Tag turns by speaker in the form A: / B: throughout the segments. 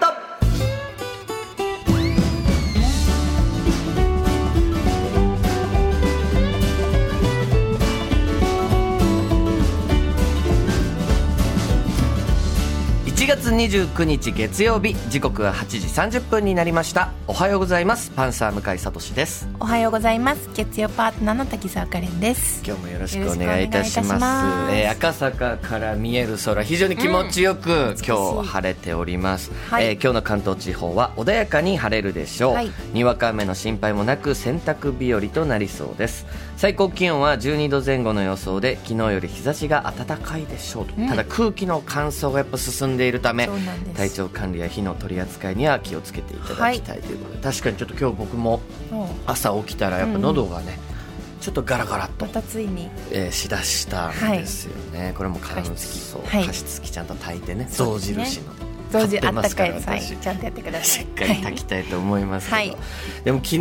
A: ト1月29日月曜日時刻は8時30分になりましたおはようございますパンサー向井聡です
B: おはようございます月曜パートナーの滝沢カレンです
A: 今日もよろしくお願いいたします
B: よろしくお願いいたします
A: えー赤坂から見える空非常に気持ちよく、今日晴れております、
B: はい
A: えー今日の関東地方は穏やかに晴れるでしょう、
B: はい
A: にわか雨の心配もなく洗濯日和となりそうです最高気温は12度前後の予想で昨日より日差しが暖かいでしょうと、ただ空気の乾燥がやっぱ進んでいるため
B: そうなんです
A: 体調管理や火の取り扱いには気をつけていただきたいということで、確かにちょっと今日僕も
B: もう
A: 朝起きたらやっぱ喉がね、ちょっとガラガラっと
B: またついに
A: えー、しだしたんですよね、これも乾燥そう
B: はい
A: 加湿器ちゃんと炊いてね
B: そ
A: 象
B: うですね
A: 印の
B: 同
A: 買
B: 時あ
A: て
B: っ
A: ま
B: た
A: す
B: か
A: ら
B: いさい
A: 私
B: ちゃんとやってくださ
A: し
B: い
A: っかり炊きたいと思いますけど、
B: はい
A: でも昨日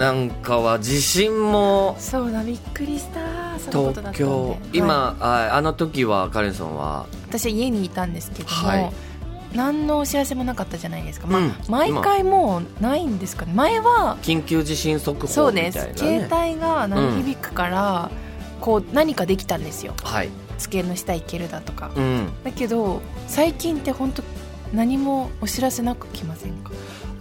A: なんかは地震も
B: そうだびっくりしたそのこと
A: 東
B: だったんで
A: 京
B: はい
A: 今、ああの時はカレンさんは、
B: 私は家にいたんですけども、
A: はい
B: 何のお知らせもなかったじゃないですか、まあ
A: うん
B: 毎回もうないんですかね前は
A: 緊急地震速
B: そ
A: 報
B: う
A: みた
B: で
A: い
B: す、
A: な、ね、
B: 携帯が鳴り響くから、こう何かできたんですよ
A: はい、
B: 机の下行けるだとか
A: うん、
B: だけど最近って本当何もお知らせなく来ませんか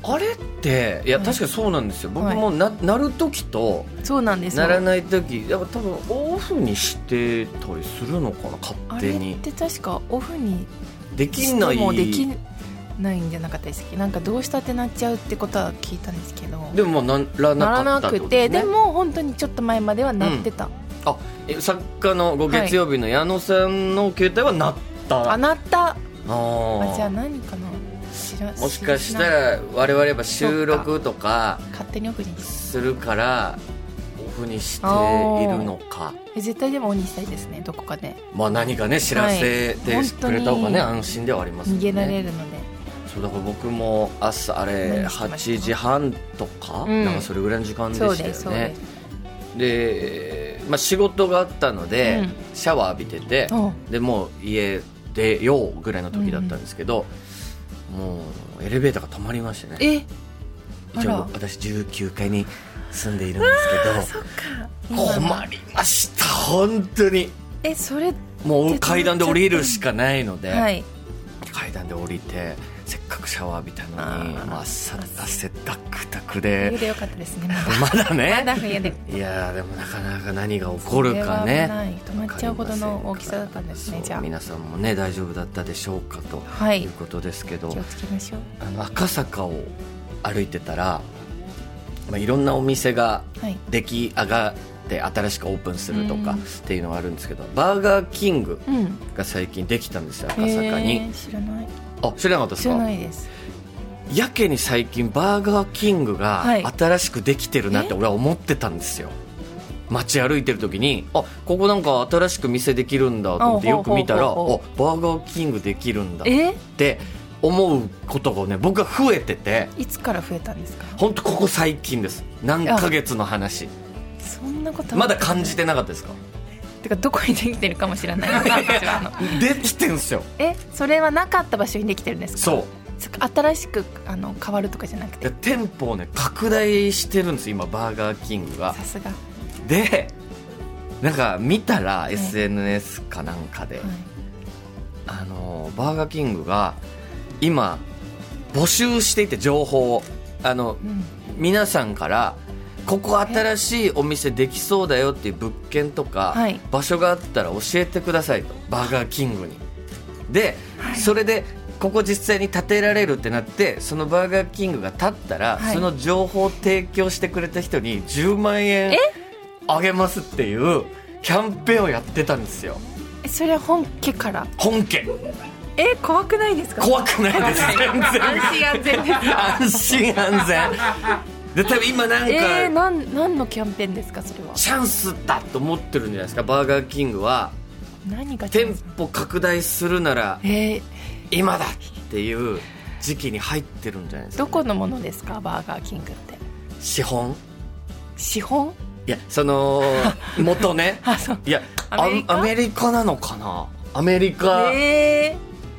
A: あれっていや
B: はい
A: 確かにそうなんですよ、
B: は
A: 僕
B: い
A: もななる時と
B: そうなんですよ
A: ならない時やっぱ多分オフにしてたりするのかな
B: あ
A: 勝
B: れ
A: 手
B: っ
A: に
B: て確かオフに
A: でき
B: して
A: ない
B: もできないんじゃなかったですっけなんかどうしたってなっちゃうってことは聞いたんですけど
A: でもまあなら
B: な
A: な
B: ら
A: か
B: な
A: ったってこ
B: く
A: と
B: て
A: で,、ね、
B: でも本当にちょっと前まではなってた、
A: え作家のご月曜日の矢野さんの携帯はなった、
B: あなった
A: あー
B: あじゃあ何かな知ら
A: もしかした
B: 知ら
A: ら我々やっぱ収録とか
B: 勝手にオフに
A: するからオフにしているのか
B: え絶対でもオンにしたいですねどこかで
A: まあ何かね知らせて
B: はい
A: くれた方がね、
B: 本当に
A: 安心ではありますよ
B: 逃げられ
A: ね
B: るので、
A: そうだから僕も朝あれ
B: 何してまし
A: 8
B: た
A: 時半とか、
B: うん
A: なんかそれぐらいの時間で
B: そう
A: し
B: です
A: た
B: そう
A: よね
B: です、
A: で、まあ、仕事があったので、
B: うん
A: シャワー浴びてて、
B: おう
A: でもう家出ようぐらいの時だったんですけど、もうエレベーターが止まりましてね
B: えあ
A: 一
B: ら
A: 応私19階に住んでいるんです
B: そっか
A: けど困りました本当に
B: えそれ
A: もう階段で降りるしかないので、
B: はい
A: 階段で降りてせっかくシャワー浴びたのに
B: あー
A: もう汗汗ダクダク
B: 冬
A: で
B: でよかったです ねまだ
A: まだね
B: まだ冬で
A: いやーでもなかなか何が起こるか
B: それは
A: ね
B: 危ない止まっちゃうほどの大きさだったんですね
A: そう
B: じゃ
A: 皆さんもね大丈夫だったでしょうかと
B: あはい
A: いうことですけど、
B: 気をつけましょう
A: あの赤坂を歩いてたら、まあ、いろんなお店が
B: はい
A: 出来上がって新しくオープンするとか
B: う
A: っ
B: ん
A: ていうのがあるんですけど、バーガーキング
B: うん
A: が最近できたんですよ赤
B: え
A: 坂に、
B: ー知らない
A: あ知らなかったです
B: 知ら
A: か
B: ないです
A: やけに最近バーガーキングが
B: はい
A: 新しくできてるなって俺は思ってたんですよ街歩いてる時にあここなんか新しく店できるんだと思って
B: あ
A: よ
B: ほう
A: く
B: ほう
A: 見たらあバ
B: ほうほ
A: ーガーキングできるんだっ
B: え
A: て思うことがね僕は増えてて
B: いつから増えたんですか
A: 本当ここ最近です何ヶ月の話
B: そんなことある
A: まだ感じてなかったですか
B: てかどこにできてるかもし れない私はあの
A: できてんすよ
B: えそれはなかった場所にできてるんですか
A: そう
B: そっか新しくあの変わるとかじゃなくて
A: で店舗をね拡大してるんです今バーガーキングが
B: さすが、は
A: でなんか見たら
B: い
A: SNS かなんかで、
B: い、
A: あのバーガーキングが今募集していて情報をあの
B: うん
A: 皆さんからここ新しいお店できそうだよっていう物件とか、
B: はい
A: 場所があったら教えてくださいとバーガーキングにで、それでここ実際に建てられるってなってそのバーガーキングが建ったら、
B: はい
A: その情報を提供してくれた人に10万円あげますっていうキャンペーンをやってたんですよ
B: えそれは本家から
A: 本家
B: え怖くないですか
A: 怖くないです全然
B: 安心安全です
A: 安心安全で多分今なんか、
B: えー、なんなんのキャンペーンですかそれは
A: チャンスだと思ってるんじゃないですかバーガーキングは
B: 何が
A: 店舗拡大するなら
B: えー、
A: 今だっていう時期に入ってるんじゃないですか
B: どこのものですかバーガーキングって
A: 資本
B: 資本
A: いやそ の元ね
B: あそう
A: いやあ
B: アメリカ
A: アメリカなのかなアメリカ、
B: え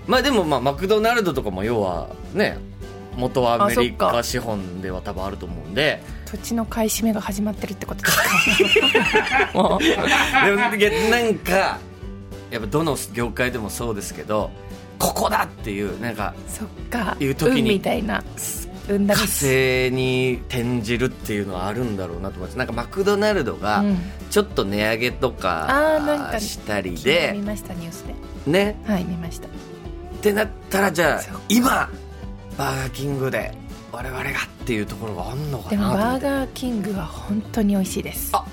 A: まあでもまあマクドナルドとかも要はね元はアメリ
B: あそっ
A: カ
B: か
A: 資本では多分あると思うんで
B: ー、土地の買い占めが始まってるってことですか
A: で
B: もう
A: もいやなんかやっぱどの業界でもそうですけどここだっていうなんか
B: そっか
A: いう時に
B: 運みたいな運だ
A: 火星に転じるっていうのはあるんだろうなと思いますなんかマクドナルドが
B: うん、
A: ちょっと値上げと
B: あーなん
A: か
B: か
A: したり
B: 昨日見
A: で
B: ましたニュースで
A: ね
B: はい見ました
A: ってなったらじゃあ
B: そう
A: 今バーガーキングで我々がっていうところがあんのか
B: でも
A: なと思
B: バ
A: っ
B: ー
A: て
B: ガーキングは本当に美味しいです
A: あ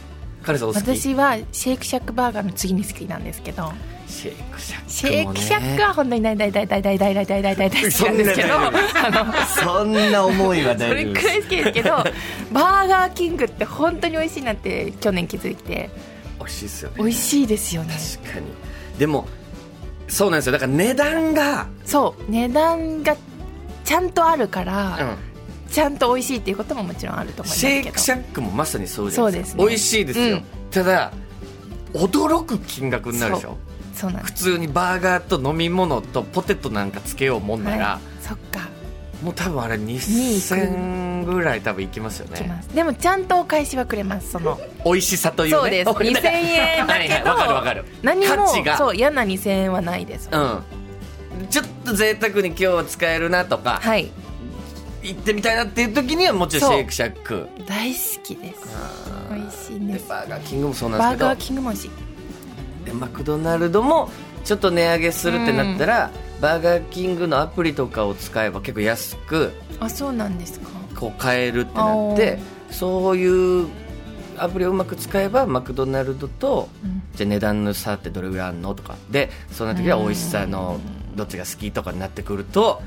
A: 彼さんお好き
B: 私はシェイクシャックバーガーの次に好きなんですけど
A: シェイクシャックもね
B: シェイクシャックは本当に大大大大大大大大大大大好きなんですけど
A: そんな大そんな思いは
B: そ
A: 大
B: れ
A: 丈夫
B: く
A: で
B: ら
A: す
B: い好きです けどバーガーキングって本当に美味しいなって去年気づいて
A: 美味しいですよね
B: 美味しいですよね
A: 確かにでもそうなんですよだから値段が、
B: そう値段がちゃんとあるから、
A: うん
B: ちゃんと美味しいっていうことももちろんあると思います
A: シ
B: けど
A: ェイクシャックもまさにそうじゃないですか
B: そうです
A: 美
B: ね
A: 味しいですよ、
B: うん
A: ただ驚く金額になるでしょ
B: そうなんで
A: 普
B: す
A: 通にバーガーと飲み物とポテトなんかつけようもんなら、
B: はいそっか
A: もう多分あれ
B: 2000
A: 2000ぐらい多分いきますよ
B: いき
A: ね
B: ますでもちゃんとお返しはくれますその
A: 美味しさというね
B: そうです2000円だけど
A: はいはいわかるわかる
B: 何も
A: 価値が
B: そう嫌な2000円はないです、
A: うんちょっと贅沢に今日は使えるなとか、
B: はい
A: 行ってみたいなっていう時にはもちろんシェイクシャック
B: 大好きです美味しいんで
A: ですバーガーキングもそうなん
B: バ
A: で
B: ー
A: すけど
B: ガーキングも美味しい
A: でマクドナルドもちょっと値上げするってなったら、バーガーキングのアプリとかを使えば結構安く
B: あそうなんですか
A: こう買えるってなってそういうアプリをうまく使えばマクドナルドと
B: うん
A: じゃあ値段の差ってどれぐらいあるのとかでそんな時は美味しさのどっちが好きとかになってくると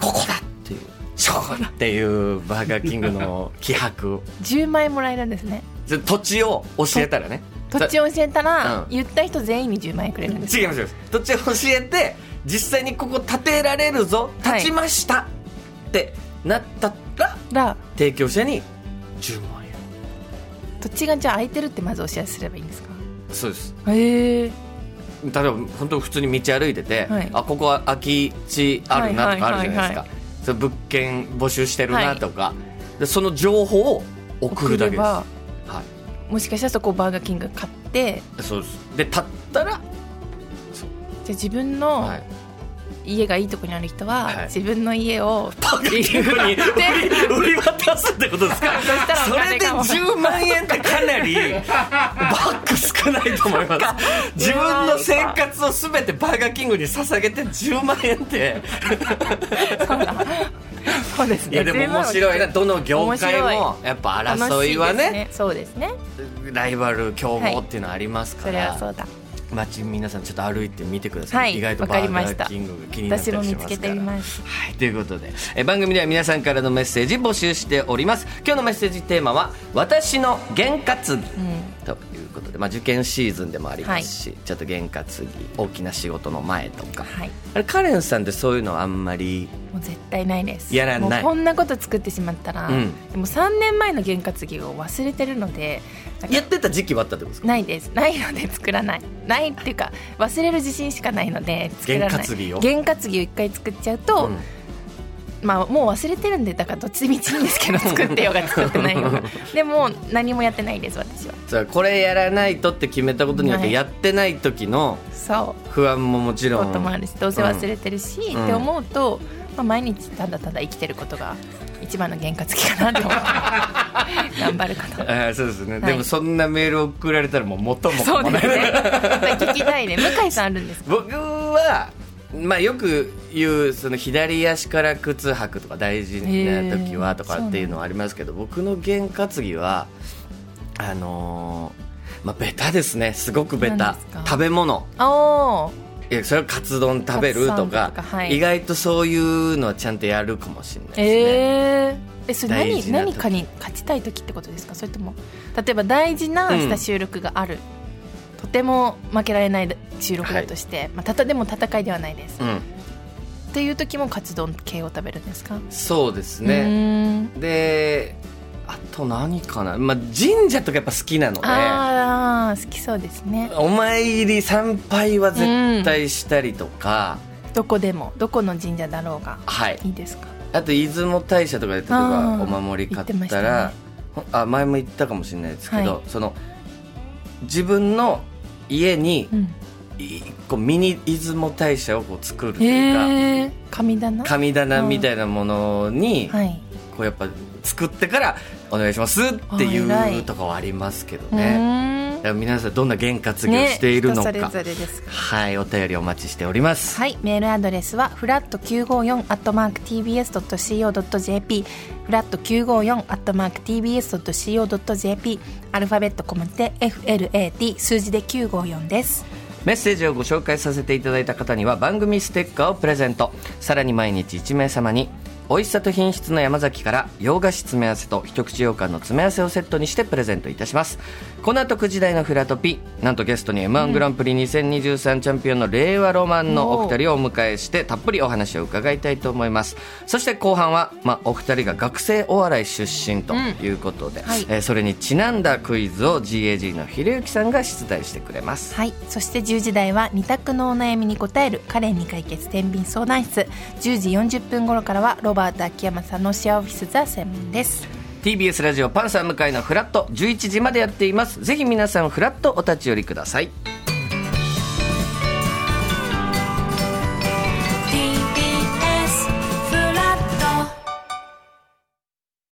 A: ここだっていうしょうだっていうバーガーキングの気迫
B: 10万円もらえるんですね
A: じゃあ土地を教えたらね
B: 土地を教えたら、
A: うん
B: 言った人全員に10万円くれるんで す
A: 違います違います土地を教えて実際にここ建てられるぞ
B: はい
A: 建ちました、ってなったら
B: ら
A: 提供者に10万円
B: 土地がじゃあ空いてるってまずお知らせすればいいんですか
A: そうです
B: へえ
A: 例えば本当普通に道歩いてて、
B: はい
A: あここは空き地あるなとかあるじゃないです
B: はいはいはいは
A: かそれ物件募集してるなとか、でその情報を送るだけです、は
B: もしかしたらそこをバーガーキングが買って
A: い、そうですで立ったら、
B: じゃあ自分の
A: はい、
B: 家がいいとこにある人は、
A: はい
B: 自分の家を
A: パッキングに売り売り渡すってことですか
B: そしたらお
A: それ
B: 金
A: で
B: かも
A: 10万円ってかなりバック少ないと思います 自分の生活を全てバーガーキングに捧げて10万円って
B: そうです
A: い
B: ね
A: やでも面白いなどの業界も
B: 面
A: やっぱ
B: 楽し
A: 争いは
B: です
A: ね
B: そうですね
A: ライバル競合っていうのはあります
B: そ
A: か
B: れ
A: ら、
B: はそうだ
A: 街皆さんちょっと歩いてみてください、
B: はい
A: 意外とバーガーキングが気になった
B: 私も
A: りし
B: 見
A: ます
B: つけ
A: か
B: て
A: ら
B: みます
A: はい、ということでえ番組では皆さんからのメッセージ募集しております今日のメッセージテーマは「私の験担ぎ」ということで、まあ、受験シーズンでもありますし、ちょっと験担ぎ大きな仕事の前とか
B: はい
A: あれカレンさんってそういうのあんまり
B: もう絶対ないです
A: やら
B: もう
A: ない
B: こんなこと作ってしまったら、
A: うん
B: でも3年前の験担ぎを忘れてるのでなんか
A: やってた時期はあったってことですか
B: ないですないので作らないないっていうか忘れる自信しかないので作らない
A: 験担ぎを
B: 験担ぎを一回作っちゃうと、
A: うん
B: まあもう忘れてるんでだからどっちみちいいんです けど作ってようが作ってないようがでも何もやってないです私は
A: そうこれやらないとって決めたことによっ
B: は
A: て
B: い
A: やってない時の
B: そ
A: 不安ももち
B: う
A: ろ
B: こ
A: ん
B: ともあるしどうせ忘れてるし、
A: うん
B: って思うと、まあ、毎日ただただ生きてることが一番の験担ぎかなと思って 頑張ること
A: あーそうですね、
B: はい
A: でもそんなメール送られたらもう元も子
B: そう
A: も
B: で
A: ない
B: すね。聞きたいね。 向井さんあるんですか。
A: 僕は、まあ、よく言うその左足から靴履くとか大事な時はとかっていうのはありますけど、僕の験担ぎはあのーまあベタですねすごくベ
B: 何
A: タ
B: ですか
A: 食べ物
B: おお。
A: いやそれはカツ丼食べるとか
B: カツ丼とかはい
A: 意外とそういうのはちゃんとやるかもしれないですね、
B: えー、えそれ
A: 大
B: 何
A: 事な時
B: 何かに勝ちたい時ってことですかそれとも例えば大事な明日収録がある、とても負けられない収録だとして、まあ、たたでも戦いではないです、
A: うん、
B: っていう時もカツ丼系を食べるんですか
A: そうです
B: う
A: ね、
B: ーん
A: であと何かな、まあ、神社とかやっぱ好きなので
B: ああ好きそうですね
A: お参り参拝は絶対したりとか、
B: どこでもどこの神社だろうが
A: はい
B: いいですか
A: あと出雲大社とかで例えば
B: あー
A: お守り買
B: 言ってま
A: っ
B: した
A: た
B: ね
A: らほんあ前も言ったかもしれないですけど、
B: は
A: その自分の家に
B: うん
A: いこうミニ出雲大社をこう作るというか、
B: えー、神棚
A: 神棚みたいなものに
B: はい
A: こうやっぱ作ってからお願いしますってい
B: あ偉
A: う
B: い
A: とかはありますけど
B: う
A: ね。
B: ーん
A: だから皆さんどんな験担ぎをしているのか、
B: ね、人それぞれですが
A: はいお便りお待ちしております。
B: はいメールアドレスはフラット954アットマーク TBS.CO.JP フラット954アットマーク TBS.CO.JP アルファベット小文字で FLAT 数字で954です
A: メッセージをご紹介させていただいた方には番組ステッカーをプレゼントさらに毎日1名様に美味しさと品質の山崎から洋菓子詰め合わせと一口羊羹の詰め合わせをセットにしてプレゼントいたしますこの後9時台のフラトピなんとゲストに m 1グランプリ2023チャンピオンの令和ロマンのお二人をお迎えしてたっぷりお話を伺いたいと思いますそして後半は、まあ、お二人が学生お笑い出身ということで、
B: はい
A: えーそれにちなんだクイズを GAG のひろゆきさんが出題してくれます
B: はいそして10時台は2択のお悩みに答えるカレンに解決天秤相談室10時40分頃からはロバート秋山さんのシェアオフィスザ専門です
A: TBS ラジオパンサー向かいのフラット11時までやっていますぜひ皆さんフラットお立ち寄りください